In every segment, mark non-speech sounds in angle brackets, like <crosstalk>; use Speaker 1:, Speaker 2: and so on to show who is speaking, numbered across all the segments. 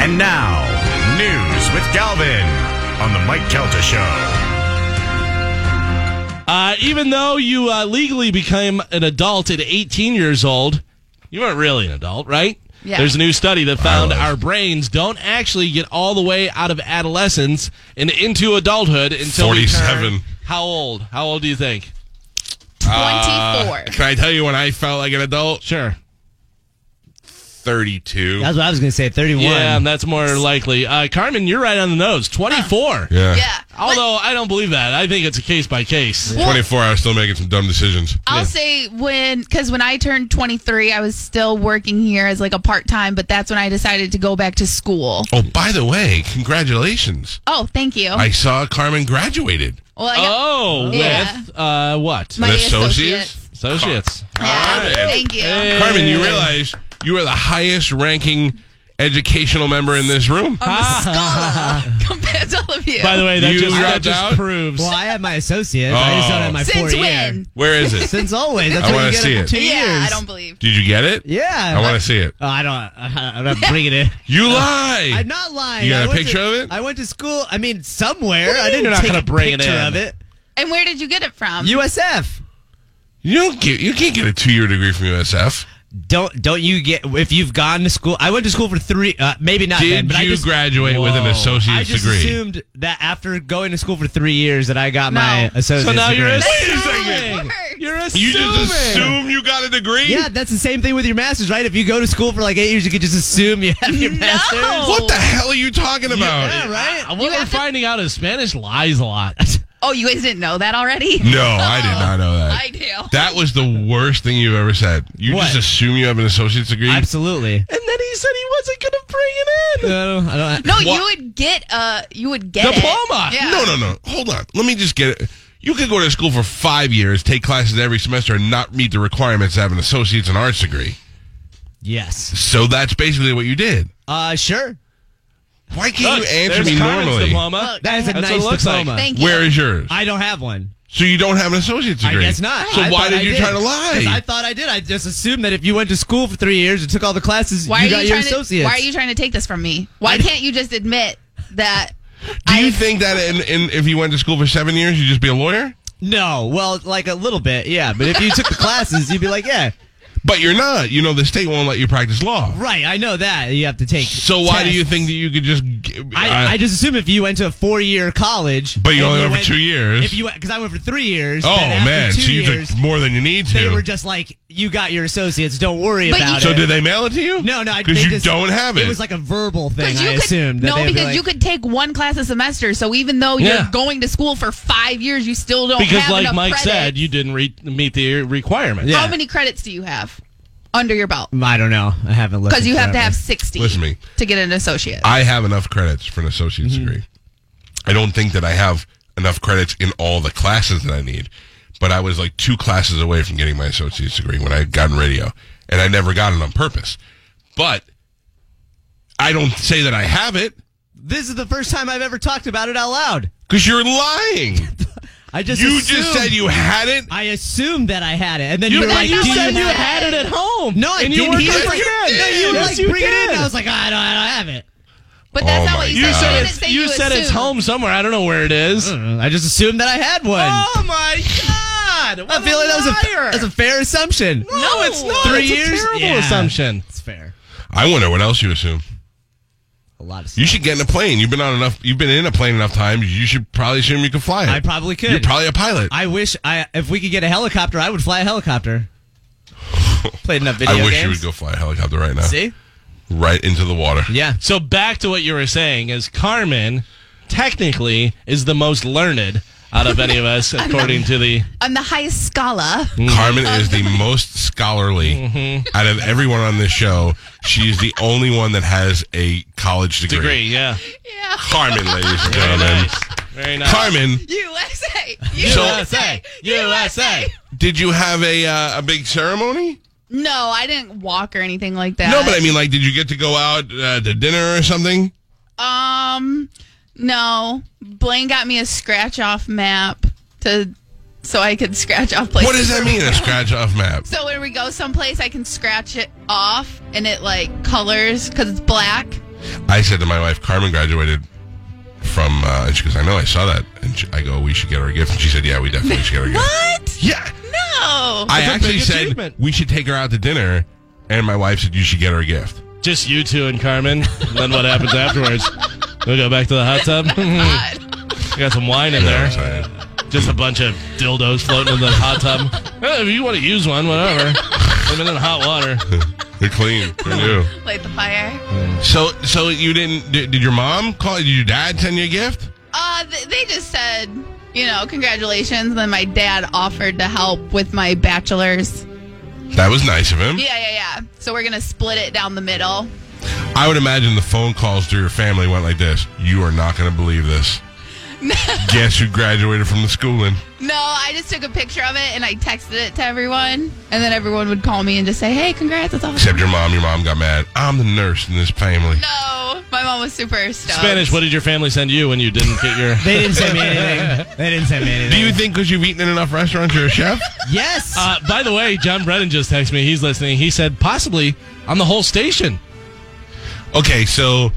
Speaker 1: And now, news with Galvin on the Mike Calta Show.
Speaker 2: Uh, even though you uh, legally became an adult at 18 years old, you weren't really an adult, right?
Speaker 3: Yeah.
Speaker 2: There's a new study that found our brains don't actually get all the way out of adolescence and into adulthood until we turn-
Speaker 4: 47.
Speaker 2: How old? How old do you think?
Speaker 3: 24.
Speaker 4: Can I tell you when I felt like an adult?
Speaker 2: Sure.
Speaker 4: 32.
Speaker 5: That's what I was going to say. 31.
Speaker 2: Yeah, um, that's more likely. Uh, Carmen, you're right on the nose. 24.
Speaker 3: yeah.
Speaker 2: Although I don't believe that. I think it's a case by case.
Speaker 3: Well,
Speaker 4: 24, I was still making some dumb decisions.
Speaker 3: I'll say when, because when I turned 23, I was still working here as like a part time, but that's when I decided to go back to school.
Speaker 4: Oh, by the way, congratulations.
Speaker 3: Oh, thank you.
Speaker 4: I saw Carmen graduated.
Speaker 3: well, I got
Speaker 2: Oh,
Speaker 3: Yeah.
Speaker 2: with uh, what?
Speaker 3: my
Speaker 4: the
Speaker 3: associates.
Speaker 4: associates?
Speaker 2: Associates.
Speaker 3: Yeah,
Speaker 4: Carmen.
Speaker 3: thank you.
Speaker 2: Hey.
Speaker 4: Carmen, you realize you are the highest ranking educational member in this room.
Speaker 5: Uh,
Speaker 3: I'm
Speaker 5: Ah,
Speaker 3: a scholar compared to all of you.
Speaker 2: By the way, that
Speaker 4: You
Speaker 2: just, that
Speaker 4: dropped
Speaker 2: just
Speaker 4: out?
Speaker 2: proves.
Speaker 5: <laughs> Well, I had my associate. I just don't have my
Speaker 3: Since
Speaker 5: fourth year.
Speaker 3: when?
Speaker 4: Where is
Speaker 5: <laughs>
Speaker 4: it?
Speaker 5: Since always. That's
Speaker 4: I
Speaker 5: when
Speaker 4: wanna
Speaker 5: you get
Speaker 4: see
Speaker 5: them
Speaker 4: it.
Speaker 5: Two
Speaker 3: yeah,
Speaker 5: years.
Speaker 3: I don't believe.
Speaker 4: Did you get it?
Speaker 5: Yeah.
Speaker 4: I want to see it.
Speaker 5: Oh, I don't. I, I'm not bringing it.
Speaker 4: You
Speaker 5: I'm
Speaker 4: lie.
Speaker 5: not lying.
Speaker 4: You got
Speaker 5: I
Speaker 4: a
Speaker 5: went
Speaker 4: picture
Speaker 5: to,
Speaker 4: of it?
Speaker 5: I went to school. I mean, somewhere. I didn't
Speaker 2: You're not
Speaker 5: take
Speaker 2: gonna
Speaker 5: a
Speaker 2: bring it
Speaker 5: picture
Speaker 2: in.
Speaker 5: of it.
Speaker 3: And where did you get it
Speaker 5: Um,
Speaker 3: from?
Speaker 5: USF.
Speaker 4: You don't get. You can't get a two-year degree from USF.
Speaker 5: Don't don't you get if you've gone to school? I went to school for three. Uh, maybe not. then,
Speaker 4: Did
Speaker 5: but I
Speaker 4: you
Speaker 5: just, Oh.
Speaker 4: graduate with an
Speaker 2: Whoa.
Speaker 5: I
Speaker 4: associate's
Speaker 5: just
Speaker 4: degree?
Speaker 5: assumed that after going to school for three years that I got my
Speaker 3: No.
Speaker 5: associate's
Speaker 2: So now you're
Speaker 5: degree.
Speaker 3: That's not
Speaker 2: assuming.
Speaker 3: how it works.
Speaker 2: You're assuming.
Speaker 4: you just assume you got a degree.
Speaker 5: Yeah, that's the same thing with your master's, right? If you go to school for like eight years, you could just assume you have your
Speaker 3: No.
Speaker 5: master's.
Speaker 4: What the hell are you talking about?
Speaker 5: Yeah, right.
Speaker 2: Uh, What
Speaker 3: You
Speaker 2: we're
Speaker 3: have to-
Speaker 2: finding out is Spanish lies a
Speaker 5: <laughs>
Speaker 2: lot.
Speaker 3: Oh, you guys didn't know that already?
Speaker 4: No, I did not know that.
Speaker 3: I do.
Speaker 4: That was the worst thing you've ever said. You
Speaker 5: What?
Speaker 4: just assume you have an associate's degree.
Speaker 5: Absolutely.
Speaker 2: and then he said he wasn't going to bring it in.
Speaker 5: <laughs> No, I don't.
Speaker 3: No,
Speaker 4: What?
Speaker 3: you would get uh you would get
Speaker 2: Diploma.
Speaker 3: It. Yeah.
Speaker 4: No, no, no. Hold on. Let me just get it. You could go to school for five years, take classes every semester, and not meet the requirements to have an associate's in arts degree.
Speaker 5: Yes.
Speaker 4: So that's basically what you did.
Speaker 5: Uh, sure.
Speaker 4: Why can't
Speaker 2: Look,
Speaker 4: you answer
Speaker 2: there's
Speaker 4: me
Speaker 2: Carmen's
Speaker 4: normally?
Speaker 2: diploma.
Speaker 5: That is a
Speaker 2: That's what it
Speaker 5: nice
Speaker 2: looks like.
Speaker 5: diploma.
Speaker 3: Thank you.
Speaker 4: Where is yours?
Speaker 5: I don't have one.
Speaker 4: So you don't have an associate's
Speaker 5: I
Speaker 4: degree.
Speaker 5: guess not.
Speaker 4: So
Speaker 5: I
Speaker 4: why
Speaker 5: thought
Speaker 4: did
Speaker 5: I
Speaker 4: you try to
Speaker 5: 'Cause I
Speaker 4: lie?
Speaker 5: thought I did. I just assumed that if you went to school for three years and took all the classes,
Speaker 3: Why
Speaker 5: you
Speaker 3: are
Speaker 5: got
Speaker 3: you
Speaker 5: your
Speaker 3: trying to
Speaker 5: associates.
Speaker 3: Why are you trying to take this from me? Why
Speaker 5: I-
Speaker 3: can't you just admit that
Speaker 4: Do you think that in, in, if you went to school for seven years, you'd just be a lawyer?
Speaker 5: No, well, like a little bit, yeah. But if you took the classes, you'd be like, yeah,
Speaker 4: But you're not. You know, the state won't let you practice law.
Speaker 5: right. I know that you have to take.
Speaker 4: So why do you
Speaker 5: tests.
Speaker 4: think that you could just? g-
Speaker 5: I,
Speaker 4: uh,
Speaker 5: I just assume if you went to a four-year college,
Speaker 4: But you
Speaker 5: and
Speaker 4: only went for two years.
Speaker 5: If you because I went for three years.
Speaker 4: Oh
Speaker 5: then after
Speaker 4: man,
Speaker 5: two
Speaker 4: so you
Speaker 5: years,
Speaker 4: took more than you need to.
Speaker 5: they were just like, you got your associates. Don't worry
Speaker 3: But you-
Speaker 5: about
Speaker 4: so
Speaker 5: it.
Speaker 4: did they mail it to you?
Speaker 5: No, no, I-
Speaker 4: because
Speaker 5: they
Speaker 4: you
Speaker 5: just-
Speaker 4: don't have it.
Speaker 5: It was like a verbal thing.
Speaker 3: you
Speaker 5: I
Speaker 3: could
Speaker 5: assumed. that
Speaker 3: no
Speaker 5: they'd be
Speaker 3: because
Speaker 5: like-
Speaker 3: you could take one class a semester. So even though
Speaker 2: Yeah.
Speaker 3: you're going to school for 5 years, you still don't
Speaker 2: Because,
Speaker 3: have
Speaker 2: like
Speaker 3: enough
Speaker 2: Mike
Speaker 3: credit.
Speaker 2: said, you didn't re- meet the requirements.
Speaker 5: Yeah.
Speaker 3: How many credits do you have under your belt?
Speaker 5: I don't know. I haven't looked.
Speaker 3: Because you
Speaker 5: in
Speaker 3: have to
Speaker 5: forever.
Speaker 3: have 60
Speaker 4: Listen to me.
Speaker 3: to get an associate.
Speaker 4: I have enough credits for an associate's
Speaker 5: Mm-hmm.
Speaker 4: degree. I don't think that I have enough credits in all the classes that I need, but I was like two classes away from getting my associate's degree when I got in radio, and I never got it on purpose. But I don't say that I have it
Speaker 5: This is the first time I've ever talked about it out loud.
Speaker 4: because you're
Speaker 5: <laughs>
Speaker 4: lying.
Speaker 5: I just
Speaker 4: you
Speaker 5: assumed,
Speaker 4: just said you had it.
Speaker 5: I assumed that I had it, and then you,
Speaker 2: You,
Speaker 5: were
Speaker 3: But
Speaker 5: like,
Speaker 3: that's
Speaker 2: you
Speaker 3: not what
Speaker 5: "Do
Speaker 2: said
Speaker 3: I'm
Speaker 2: you
Speaker 5: not-
Speaker 2: had it at home.
Speaker 5: No, I
Speaker 2: and
Speaker 5: didn't.
Speaker 2: You weren't
Speaker 5: He
Speaker 2: gonna
Speaker 5: was
Speaker 2: bring
Speaker 5: like,
Speaker 2: it in.
Speaker 5: "No, you
Speaker 2: Yes,
Speaker 5: were like,
Speaker 2: you
Speaker 5: bring it in."
Speaker 2: did.
Speaker 5: I was like, "I don't, I don't have it."
Speaker 3: But that's
Speaker 4: Oh
Speaker 3: not
Speaker 4: my
Speaker 3: what you
Speaker 4: God.
Speaker 3: said.
Speaker 2: You said,
Speaker 3: You
Speaker 4: Uh,
Speaker 3: didn't
Speaker 2: it's,
Speaker 3: say
Speaker 2: you said it's
Speaker 3: assumed.
Speaker 2: home somewhere. I don't know where it is.
Speaker 5: I just assumed that I had one.
Speaker 2: Oh my God!
Speaker 5: I
Speaker 2: What
Speaker 5: feel
Speaker 2: a
Speaker 5: like that was a
Speaker 2: liar.
Speaker 5: that's a fair assumption.
Speaker 2: no, it's not.
Speaker 5: Three
Speaker 2: It's a
Speaker 5: years?
Speaker 2: terrible
Speaker 5: Yeah.
Speaker 2: assumption.
Speaker 5: It's fair.
Speaker 4: I wonder what else you assume.
Speaker 5: A lot of stuff.
Speaker 4: You should get in a plane. You've been on enough. You've been in a plane enough times. You should probably assume you can fly it.
Speaker 5: I probably could.
Speaker 4: You're probably a pilot.
Speaker 5: I wish I if we could get a helicopter, I would fly a
Speaker 4: <laughs>
Speaker 5: helicopter. Played enough video
Speaker 4: I wish
Speaker 5: games.
Speaker 4: you would go fly a helicopter right now.
Speaker 5: See?
Speaker 4: Right into the water.
Speaker 5: Yeah.
Speaker 2: So back to what you were saying is Carmen technically is the most learned out of any of us according to the
Speaker 3: I'm the highest scholar. <laughs>
Speaker 4: Carmen is
Speaker 5: <laughs>
Speaker 4: the most scholarly
Speaker 5: Mm-hmm.
Speaker 4: out of everyone on this show. She is the only one that has a college degree.
Speaker 2: degree. Yeah.
Speaker 3: Yeah.
Speaker 4: Carmen, ladies
Speaker 5: <laughs>
Speaker 4: and
Speaker 2: Very
Speaker 4: gentlemen.
Speaker 2: nice. Very nice.
Speaker 4: Carmen,
Speaker 3: USA.
Speaker 2: USA.
Speaker 3: USA.
Speaker 2: USA.
Speaker 4: did you have a uh, a big ceremony?
Speaker 3: No, I didn't walk or anything like that.
Speaker 4: No, but I mean, like, did you get to go out uh, to dinner or something?
Speaker 3: Um, no. Blaine got me a scratch off map to so I could scratch off places.
Speaker 4: What does that mean? A scratch off map.
Speaker 3: So when we go someplace, I can scratch it off, and it like colors because it's black.
Speaker 4: I said to my wife, Carmen graduated from, uh, and she goes, I know, I saw that. And she, I go, we should get her a gift. And she said, yeah, we definitely should get
Speaker 2: <laughs>
Speaker 4: her a gift.
Speaker 3: What?
Speaker 4: Yeah.
Speaker 3: No.
Speaker 4: I
Speaker 2: That's a
Speaker 4: actually
Speaker 2: big
Speaker 4: said
Speaker 2: achievement.
Speaker 4: we should take her out to dinner, and my wife said you should get her a gift.
Speaker 2: Just you two and Carmen. And then what happens afterwards? We go back to the hot tub. <laughs> Got some wine in
Speaker 4: You
Speaker 2: there.
Speaker 4: know what I'm saying?
Speaker 2: Just a bunch of dildos floating in the hot tub. Eh, if you want to use one, whatever. Put them in the hot water.
Speaker 4: <laughs> They're clean. They're new.
Speaker 3: Light the fire.
Speaker 4: So, so you didn't? Did, did your mom call? Did your dad send you a gift?
Speaker 3: Uh, th- they just said, you know, congratulations. And then my dad offered to help with my bachelor's.
Speaker 4: That was nice of him.
Speaker 3: Yeah, yeah, yeah. So we're gonna split it down the middle.
Speaker 4: I would imagine the phone calls to your family went like this: You are not going to
Speaker 2: <laughs>
Speaker 4: believe this. Guess who graduated from the schooling?
Speaker 3: No, I just took a picture of it and I texted it to everyone, and then everyone would call me and just say, "Hey, congrats, that's awesome."
Speaker 4: Except your mom. Your mom got mad. I'm the nurse in this family.
Speaker 3: No, my mom was super stoked.
Speaker 2: Spanish, what did your family send you when you didn't get your.
Speaker 5: They
Speaker 2: <laughs>
Speaker 5: didn't send me anything. They didn't send me anything.
Speaker 4: Do you think because you've eaten in enough restaurants, you're a <laughs> chef?
Speaker 5: Yes.
Speaker 2: Uh, by the way, John Brennan just texted me. He's listening. He said, possibly on the whole station.
Speaker 4: Okay, so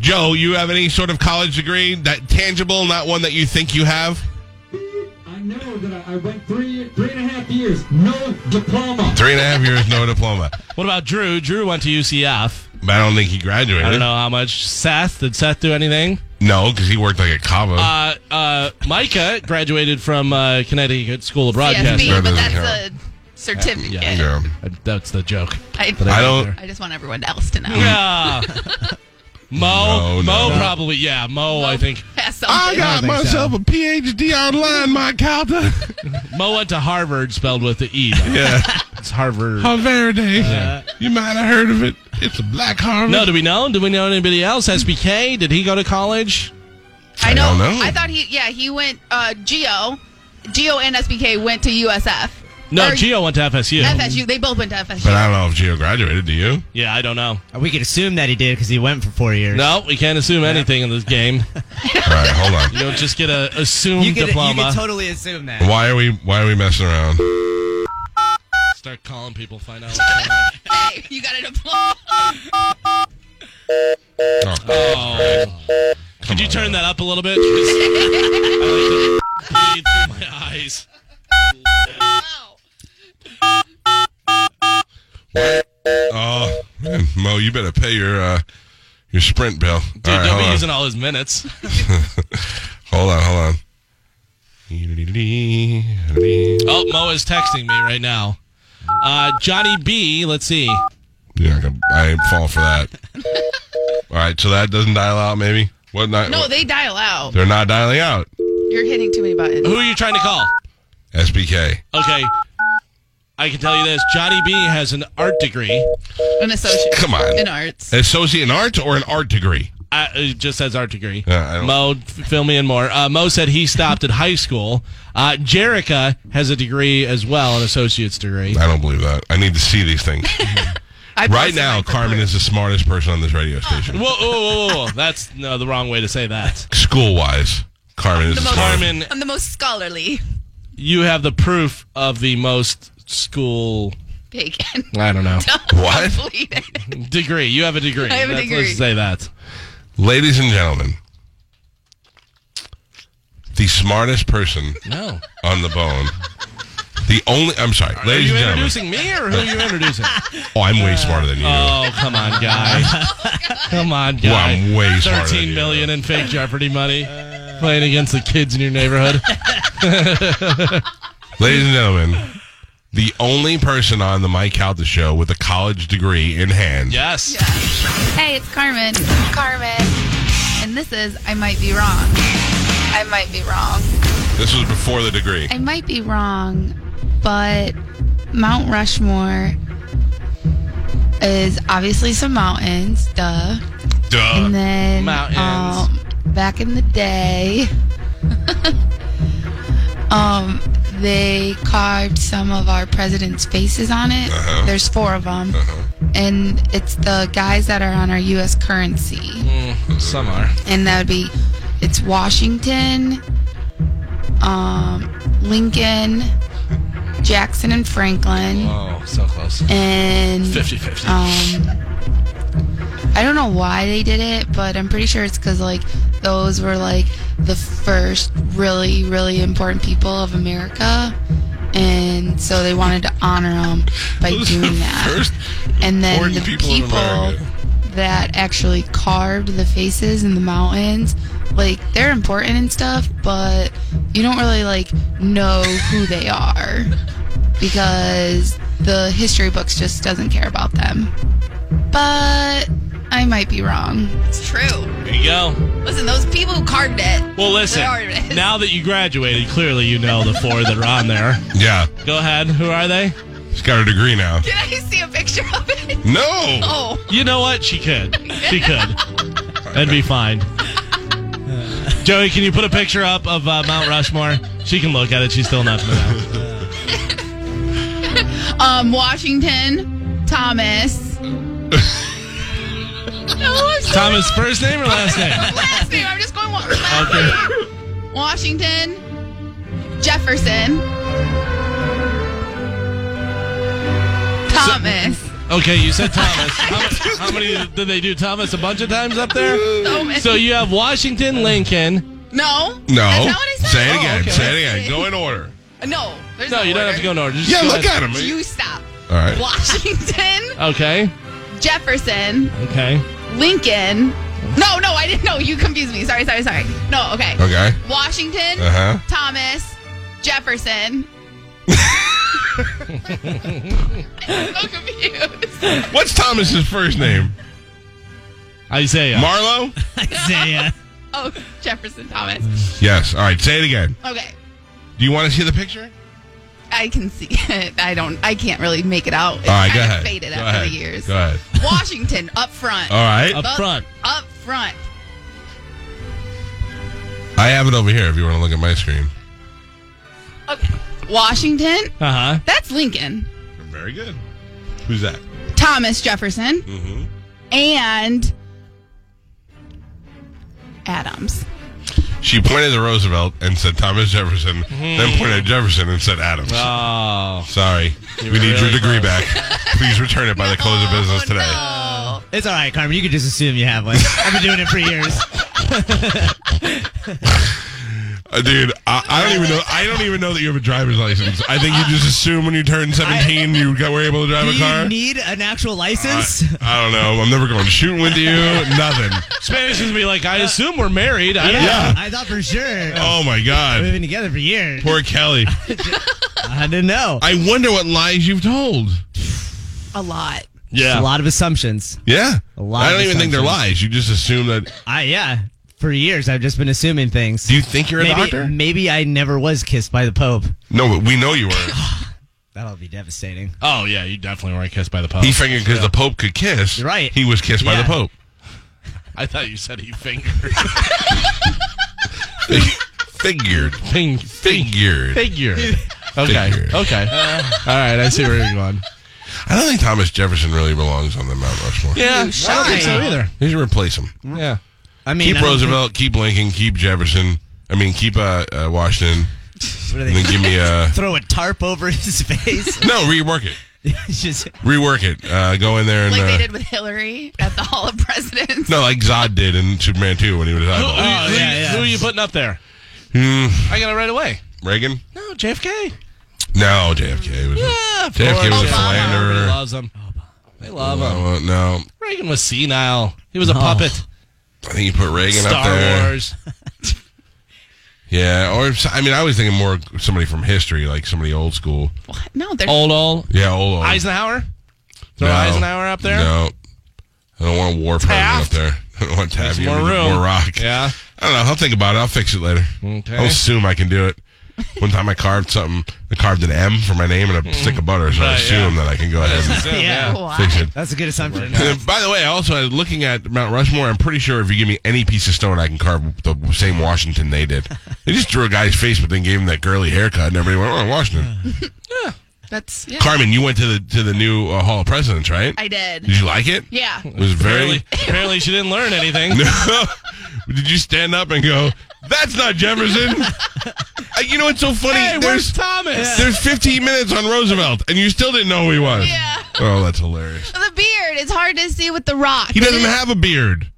Speaker 4: Joe, you have any sort of college degree that tangible, not one that you think you have?
Speaker 6: I know that I, I went three three and a half years, no diploma.
Speaker 4: Three and a half years, no <laughs> diploma.
Speaker 2: What about Drew? Drew went to UCF.
Speaker 4: But I don't think he graduated.
Speaker 2: I don't know how much. Seth, did Seth do anything?
Speaker 4: No, because he worked like a Cabo.
Speaker 2: Uh, uh, Micah graduated from uh, Connecticut School of Broadcasting.
Speaker 3: CSB,
Speaker 4: That
Speaker 3: but
Speaker 4: doesn't
Speaker 3: that's a
Speaker 4: count.
Speaker 3: certificate.
Speaker 2: Yeah.
Speaker 4: yeah.
Speaker 2: Uh, That's the joke.
Speaker 3: I,
Speaker 4: I don't.
Speaker 3: I just want everyone else to know. <laughs>
Speaker 2: Yeah. Mo, <laughs>
Speaker 4: No, no.
Speaker 2: Mo probably, yeah, Mo, I think.
Speaker 3: Pass
Speaker 4: I
Speaker 3: something.
Speaker 4: got
Speaker 5: think
Speaker 4: myself
Speaker 5: so.
Speaker 4: a PhD online, my Calta.
Speaker 2: Mo went to Harvard, spelled with the E. though.
Speaker 4: <laughs> yeah,
Speaker 2: It's Harvard.
Speaker 4: on Verde. you might have heard of it. It's a black Harvard.
Speaker 2: Uh, No, do we know? Do we know anybody else? SBK, did he go to college?
Speaker 3: I know.
Speaker 4: don't know.
Speaker 3: I thought he. Yeah, he went. Uh, Geo, Geo and SBK went to USF.
Speaker 2: No,
Speaker 3: Or
Speaker 2: Geo went to FSU.
Speaker 3: FSU. They both went to FSU.
Speaker 4: but I don't know if Geo graduated. Do you?
Speaker 2: Yeah, I don't know.
Speaker 5: we could assume that he did because he went for four years.
Speaker 2: No, we can't assume anything in this game.
Speaker 4: All right,
Speaker 2: <laughs>
Speaker 4: hold
Speaker 2: You don't just get a assumed
Speaker 5: You could,
Speaker 2: diploma.
Speaker 5: you could totally assume that.
Speaker 4: on. Why are we? Why are we messing around?
Speaker 2: Start calling people, find out. what's going on.
Speaker 3: Hey, you got a diploma.
Speaker 2: Uh,
Speaker 4: Oh,
Speaker 2: Oh. Could you turn that up a little bit? Just- I like to breathe through my eyes.
Speaker 4: Oh man, Mo, you better pay your uh, your sprint bill.
Speaker 2: Dude,
Speaker 4: All right,
Speaker 2: don't
Speaker 4: hold
Speaker 2: be
Speaker 4: on.
Speaker 2: using all his minutes.
Speaker 4: Hold on, hold on. You're
Speaker 2: Oh, Mo is texting me right now. Uh, Johnny B, let's see.
Speaker 4: not gonna, I fall
Speaker 2: <laughs>
Speaker 4: for that. All right, so that doesn't dial out, maybe. What not?
Speaker 3: No, they dial out.
Speaker 4: they're not dialing out.
Speaker 3: You're hitting too many buttons.
Speaker 2: Who are you trying to call?
Speaker 4: SBK.
Speaker 2: Okay. I can tell you this Johnny B has an art degree.
Speaker 3: An associate.
Speaker 4: Come on.
Speaker 3: In arts.
Speaker 4: An associate in arts or an art degree?
Speaker 2: I, uh, it just says art degree.
Speaker 4: Yeah, I don't-
Speaker 2: Mo, f- fill me in more. Uh, Mo said he stopped at high school. Uh, Jerica has a degree as well, an associate's degree.
Speaker 4: I don't believe that. I need to see
Speaker 2: <laughs>
Speaker 4: these things.
Speaker 3: I
Speaker 4: right
Speaker 3: posted
Speaker 4: now,
Speaker 3: my
Speaker 4: Carmen
Speaker 3: report.
Speaker 4: is the smartest person on this radio station.
Speaker 2: Whoa, whoa, whoa, whoa, whoa. That's no, the wrong way to say that.
Speaker 4: School wise, Carmen is the
Speaker 3: the most-
Speaker 4: smartest.
Speaker 2: Carmen,
Speaker 3: I'm the most scholarly
Speaker 2: you have the proof of the most school
Speaker 3: bacon.
Speaker 2: I don't know
Speaker 3: <laughs>
Speaker 4: What?
Speaker 2: degree. You have a degree.
Speaker 3: I have a
Speaker 2: Let's-
Speaker 3: degree.
Speaker 2: Let's say that.
Speaker 4: Ladies and gentlemen, the smartest person
Speaker 2: No.
Speaker 4: on the bone. The only I'm sorry,
Speaker 2: Are
Speaker 4: ladies
Speaker 2: you
Speaker 4: and gentlemen.
Speaker 2: introducing me or who are you
Speaker 4: <laughs>
Speaker 2: introducing?
Speaker 4: Oh, I'm way smarter than you.
Speaker 2: oh, come on, guys. come on, guys.
Speaker 4: Well, I'm way smarter. than
Speaker 2: Thirteen
Speaker 4: you.
Speaker 2: million in fake Jeopardy money. Playing against the kids in your neighborhood.
Speaker 4: Ladies and gentlemen, the only person on the Mike Calda show with a college degree in hand.
Speaker 2: Yes.
Speaker 3: Hey, it's Carmen. Carmen. And this is I Might Be Wrong. I might be wrong.
Speaker 4: This was before the degree.
Speaker 3: I might be wrong, but Mount Rushmore is obviously some mountains, duh.
Speaker 4: Duh.
Speaker 3: And then
Speaker 2: Mountains.
Speaker 3: um, back in the day, <laughs> um, they carved some of our presidents' faces on it.
Speaker 4: Uh-huh.
Speaker 3: There's four of them, and it's the guys that are on our U.S. currency,
Speaker 2: Some are.
Speaker 3: and that would be it's Washington, um, Lincoln, Jackson, and Franklin,
Speaker 2: Oh, so close.
Speaker 3: and
Speaker 2: 50 50.
Speaker 3: um, I don't know why they did it, but I'm pretty sure it's because like those were like the first really really important people of America, and so they wanted to honor them by
Speaker 4: Those are
Speaker 3: doing
Speaker 4: the
Speaker 3: that.
Speaker 4: first
Speaker 3: and then the
Speaker 4: important people
Speaker 3: people,
Speaker 4: of America.
Speaker 3: that actually carved the faces in the mountains, like they're important and stuff, but you don't really like know who they are because the history books just doesn't care about them. But I might be wrong. It's true.
Speaker 2: There you go.
Speaker 3: Listen, those people who carved it.
Speaker 2: Well, listen.
Speaker 3: There it <laughs> is.
Speaker 2: Now that you graduated, clearly you know the four that are on there.
Speaker 4: Yeah,
Speaker 2: Go ahead. Who are they?
Speaker 4: she's got her degree now.
Speaker 3: Did I see a picture of it?
Speaker 4: No,
Speaker 3: <laughs> Oh,
Speaker 2: You know what? She could. She could. That'd be fine. Joey, can you put a picture up of uh, Mount Rushmore? She can look at it. She's still not gonna know.
Speaker 3: um, Washington,
Speaker 2: <laughs>
Speaker 3: Thomas. no, I'm so
Speaker 2: Thomas, first name or last name?
Speaker 3: last name. I'm just going one. Last
Speaker 2: Okay.
Speaker 3: name. Washington, Jefferson, Thomas.
Speaker 2: Okay, you said Thomas. How, mu- how many did they do Thomas a bunch of times up there?
Speaker 3: Thomas.
Speaker 2: So you have Washington, Lincoln.
Speaker 3: no,
Speaker 4: no.
Speaker 3: That's not what I said.
Speaker 4: Say it
Speaker 3: Oh,
Speaker 4: again.
Speaker 2: okay.
Speaker 4: Say it again. Go in order.
Speaker 3: No, there's no.
Speaker 2: No, you don't
Speaker 3: order.
Speaker 2: have to go in order. Just
Speaker 4: Yeah,
Speaker 2: go
Speaker 4: look
Speaker 2: ahead.
Speaker 4: at him.
Speaker 3: You stop.
Speaker 4: All right. <laughs>
Speaker 3: Washington,
Speaker 2: Okay.
Speaker 3: Jefferson,
Speaker 2: Okay.
Speaker 3: Lincoln. No, no, I didn't know. You confused me. Sorry, sorry, sorry. No, okay.
Speaker 4: Okay.
Speaker 3: Washington,
Speaker 4: Uh huh.
Speaker 3: Thomas,
Speaker 4: <laughs>
Speaker 3: Jefferson. I'm so confused.
Speaker 4: What's Thomas's first name?
Speaker 2: Isaiah.
Speaker 4: Marlowe.
Speaker 2: <laughs>
Speaker 5: Isaiah.
Speaker 3: Oh, Jefferson Thomas.
Speaker 4: Yes. All right. Say it again.
Speaker 3: Okay.
Speaker 4: Do you want to see the picture?
Speaker 3: I can see it. I don't. I can't really make it out. It's
Speaker 4: All right.
Speaker 3: kind
Speaker 4: Go
Speaker 3: of
Speaker 4: ahead.
Speaker 3: Faded
Speaker 4: Go
Speaker 3: after
Speaker 4: ahead.
Speaker 3: the years.
Speaker 4: Go ahead.
Speaker 3: Washington up front.
Speaker 4: All right.
Speaker 2: Up front.
Speaker 3: Up front.
Speaker 4: I have it over here. If you want to look at my screen.
Speaker 3: Okay. Washington.
Speaker 2: Uh huh.
Speaker 3: That's Lincoln.
Speaker 4: Very good. Who's that?
Speaker 3: Thomas Jefferson. And Adams.
Speaker 4: She pointed to Roosevelt and said Thomas Jefferson, then pointed at Jefferson and said Adams.
Speaker 2: Mm-hmm. Oh.
Speaker 4: Sorry.
Speaker 2: You were
Speaker 4: we need your
Speaker 2: really
Speaker 4: degree
Speaker 2: close.
Speaker 4: back.
Speaker 2: <laughs>
Speaker 4: Please return it by the close of business
Speaker 3: Oh,
Speaker 4: today.
Speaker 3: no.
Speaker 5: It's all right, Carmen. You can just assume you have one. I've been doing it for years.
Speaker 4: Uh, dude, I, I don't even know. I don't even know that you have a driver's license. I think you just assume when you turn 17 you got, were able to drive
Speaker 5: Do
Speaker 4: a car.
Speaker 5: you need an actual
Speaker 4: I,
Speaker 5: license?
Speaker 4: I don't know. I'm never going shooting
Speaker 3: <laughs>
Speaker 4: with you. Nothing.
Speaker 2: Spanish is gonna be like, I assume we're married. I don't
Speaker 4: Yeah.
Speaker 5: I thought for sure.
Speaker 4: Oh my
Speaker 5: We've
Speaker 4: God.
Speaker 5: been together for years.
Speaker 4: Poor Kelly.
Speaker 5: I didn't know.
Speaker 4: I wonder what lies you've told.
Speaker 3: A lot.
Speaker 5: A
Speaker 2: Yeah.
Speaker 5: lot of assumptions.
Speaker 4: Yeah.
Speaker 5: lot
Speaker 4: I don't
Speaker 5: of
Speaker 4: even think they're
Speaker 5: assumptions.
Speaker 4: lies. You just assume that.
Speaker 5: I yeah. For years, I've just been assuming things.
Speaker 4: Do you think you're a
Speaker 5: maybe,
Speaker 4: doctor?
Speaker 5: maybe I never was kissed by the Pope.
Speaker 4: No, but we know you were.
Speaker 5: <laughs> That'll be devastating.
Speaker 2: Oh yeah, you definitely were kissed by the Pope.
Speaker 4: He figured because the Pope could kiss,
Speaker 5: You're right.
Speaker 4: He was kissed by
Speaker 5: Yeah.
Speaker 4: the Pope. <laughs>
Speaker 2: I thought you said he fingered. <laughs>
Speaker 4: figured,
Speaker 2: Fing, fing,
Speaker 4: figured.
Speaker 2: figured. Okay.
Speaker 4: Figured.
Speaker 2: Okay. All right. I see where you're going.
Speaker 4: I don't think Thomas Jefferson really belongs on the Mount Rushmore.
Speaker 2: Yeah. I don't think so either.
Speaker 4: They should replace him.
Speaker 2: Yeah.
Speaker 5: I mean,
Speaker 4: Keep
Speaker 5: I don't
Speaker 4: Roosevelt, keep Lincoln, keep Jefferson. I mean, keep uh, uh, Washington,
Speaker 5: think- what do
Speaker 4: and
Speaker 5: they
Speaker 4: then give me
Speaker 5: <laughs>
Speaker 4: a
Speaker 5: throw a tarp over his <laughs> face.
Speaker 4: no. Rework it.
Speaker 5: It's just
Speaker 4: Rework it. Uh, go in there and
Speaker 3: Like they
Speaker 4: uh,
Speaker 3: did with Hillary at the Hall of Presidents.
Speaker 4: no, like Zod did in Superman Two when he
Speaker 2: <gasps>
Speaker 4: was
Speaker 2: Who,
Speaker 4: eyeball.
Speaker 2: Oh, who- who-
Speaker 5: yeah, yeah.
Speaker 2: who are you putting up there?
Speaker 4: Hmm,
Speaker 2: I got it right away.
Speaker 4: Reagan?
Speaker 2: No, JFK.
Speaker 4: No, JFK was.
Speaker 2: Yeah, of
Speaker 4: JFK was
Speaker 2: course.
Speaker 4: a philanderer.
Speaker 2: Ah, Everybody loves him. They love him.
Speaker 4: Uh, no,
Speaker 2: Reagan was senile. He was a puppet.
Speaker 4: I think you put Reagan up there.
Speaker 2: Star Wars.
Speaker 4: Yeah, or if- I mean, I was thinking more somebody from history, like somebody old school.
Speaker 3: What? No, they're
Speaker 2: Old old.
Speaker 4: Yeah, old. old.
Speaker 2: Eisenhower. Throw
Speaker 4: No.
Speaker 2: Eisenhower up there.
Speaker 4: No, I don't want a war president up
Speaker 2: Taft?
Speaker 4: there. <laughs> I don't want Taft.
Speaker 2: There's
Speaker 4: You
Speaker 2: more
Speaker 4: need
Speaker 2: room.
Speaker 4: More rock.
Speaker 2: Yeah.
Speaker 4: I don't know. I'll think about it. I'll fix it later.
Speaker 2: Okay.
Speaker 4: I'll assume I can
Speaker 2: <laughs>
Speaker 4: do it. One time I carved something. I carved an M for my name and a stick of butter, so
Speaker 2: Mm-hmm.
Speaker 4: I
Speaker 2: Right,
Speaker 4: assume that I can go ahead and
Speaker 2: Yeah. <laughs>
Speaker 5: yeah.
Speaker 3: Why?
Speaker 4: fix it.
Speaker 5: That's a good assumption.
Speaker 4: And by the way, also I was looking at Mount Rushmore. I'm pretty sure if you give me any piece of stone, I can carve the same Washington they did. They just drew a guy's face, but then gave him that girly haircut, and everybody went, "Oh, Washington."
Speaker 3: That's yeah.
Speaker 4: Carmen, you went to the to the new uh, Hall of Presidents, right?
Speaker 3: I did.
Speaker 4: Did you like it?
Speaker 3: Yeah.
Speaker 4: It was very.
Speaker 2: Apparently, apparently she didn't learn anything.
Speaker 4: <laughs> Did you stand up and go? That's not Jefferson.
Speaker 2: <laughs>
Speaker 4: Uh, you know what's so funny?
Speaker 2: Hey, where's
Speaker 4: there's
Speaker 2: Thomas?
Speaker 4: there's 15 minutes on Roosevelt, and you still didn't know who he was.
Speaker 3: Yeah.
Speaker 4: Oh, that's hilarious.
Speaker 3: The beard. beard. It's hard to see with the rock.
Speaker 4: He doesn't
Speaker 3: It is-
Speaker 4: have a beard.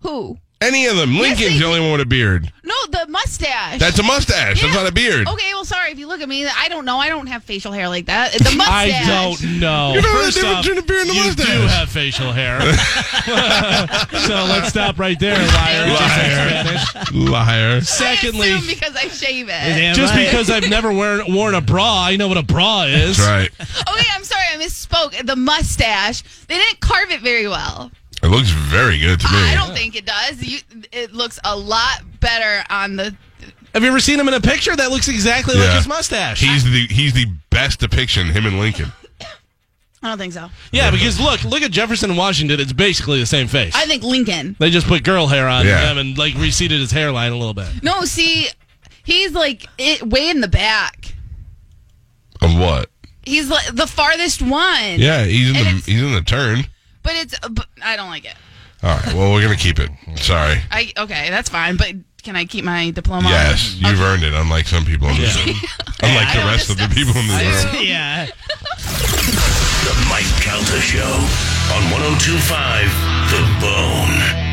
Speaker 3: who?
Speaker 4: Any of them.
Speaker 3: Yes,
Speaker 4: Lincoln's
Speaker 3: he-
Speaker 4: the only one with a beard.
Speaker 3: No, the mustache.
Speaker 4: That's a mustache. That's
Speaker 3: Yeah.
Speaker 4: not a beard.
Speaker 3: Okay, well, sorry if you look at me. I don't know. I don't have facial hair like
Speaker 4: <laughs>
Speaker 3: that. The
Speaker 2: I
Speaker 3: mustache.
Speaker 2: don't know.
Speaker 4: You know the
Speaker 2: First
Speaker 4: difference
Speaker 2: off,
Speaker 4: between a beard and a
Speaker 2: you
Speaker 4: mustache.
Speaker 2: do have facial hair. <laughs> so let's stop right there, liar.
Speaker 4: Liar.
Speaker 2: Just finish.
Speaker 4: Liar.
Speaker 3: I
Speaker 2: Secondly,
Speaker 3: assume because I shave it.
Speaker 5: Damn
Speaker 2: just
Speaker 5: right.
Speaker 2: because I've never worn, worn a bra, I know what a bra is.
Speaker 4: That's right.
Speaker 3: Okay, I'm sorry. I misspoke. The mustache. They didn't carve it very well.
Speaker 4: It looks very good to me.
Speaker 3: I don't think it does. You, it looks a lot better on the.
Speaker 2: Have you ever seen him in a picture that looks exactly like
Speaker 4: Yeah.
Speaker 2: his mustache?
Speaker 4: He's the he's the best depiction. Him and Lincoln.
Speaker 3: I don't think so.
Speaker 2: yeah, because look, look at Jefferson and Washington. It's basically the same face.
Speaker 3: I think Lincoln.
Speaker 2: they just put girl hair on
Speaker 4: Yeah.
Speaker 2: him and like receded his hairline a little bit.
Speaker 3: No, see, he's like it, way in the back.
Speaker 4: Of what?
Speaker 3: He's like the farthest one.
Speaker 4: Yeah, he's in
Speaker 3: And
Speaker 4: the
Speaker 3: it's-
Speaker 4: he's in the turn.
Speaker 3: But it's. But I don't like it.
Speaker 4: All right. Well, we're gonna keep it. Sorry.
Speaker 3: I okay, that's fine. But can I keep my diploma? on?
Speaker 4: Yes, you've earned it. Unlike some people in this room. Unlike
Speaker 3: I
Speaker 4: the
Speaker 3: don't
Speaker 4: rest of the
Speaker 3: discuss-
Speaker 4: people in this room.
Speaker 5: <laughs> yeah.
Speaker 7: oh The Mike Calta Show on 1025 The Bone.